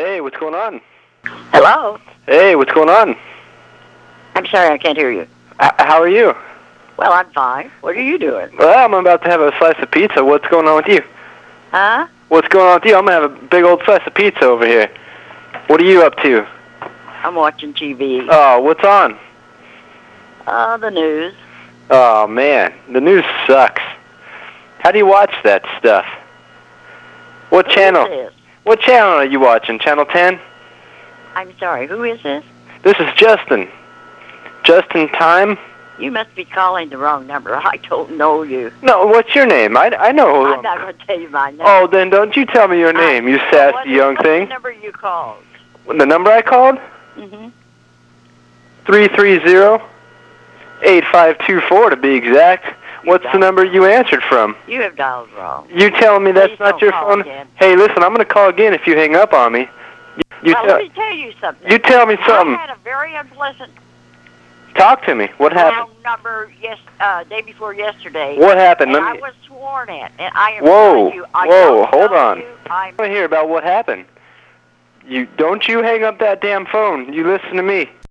on? Hello? Hey, what's going on? I'm sorry, I can't hear you. Uh, how are you? Well, I'm fine. What are you doing? Well, I'm about to have a slice of pizza. What's going on with you? Huh? What's going on with you? I'm gonna have a big old slice of pizza over here. What are you up to? I'm watching TV. Oh, what's on? Uh, the news. Oh man, the news sucks. How do you watch that stuff? What Who is channel? this? What channel are you watching? Channel 10? I'm sorry, who is this? This is Justin. Justin Time? You must be calling the wrong number. I don't know you. No, what's your name? I, I know. who- I'm not going to tell you my name. Oh, then don't you tell me your I- name, you What sassy is- young what's the thing. number you called? The number I called? Mm-hmm. 330-8524 to be exact. What's the number you answered from? You have dialed wrong. You telling me that's Please not don't your call phone? again. Hey, listen, I'm going to call again if you hang up on me. You, well, tell, let me tell you something. you tell me I something. had a very unpleasant Talk to me. What happened? wrong number yes, uh, day before yesterday. What happened? And Let I me was sworn at, and I am Whoa, telling you, I whoa, don't hold know on. You, I'm I wanna hear about what happened. You don't you hang up that damn phone. You listen to me.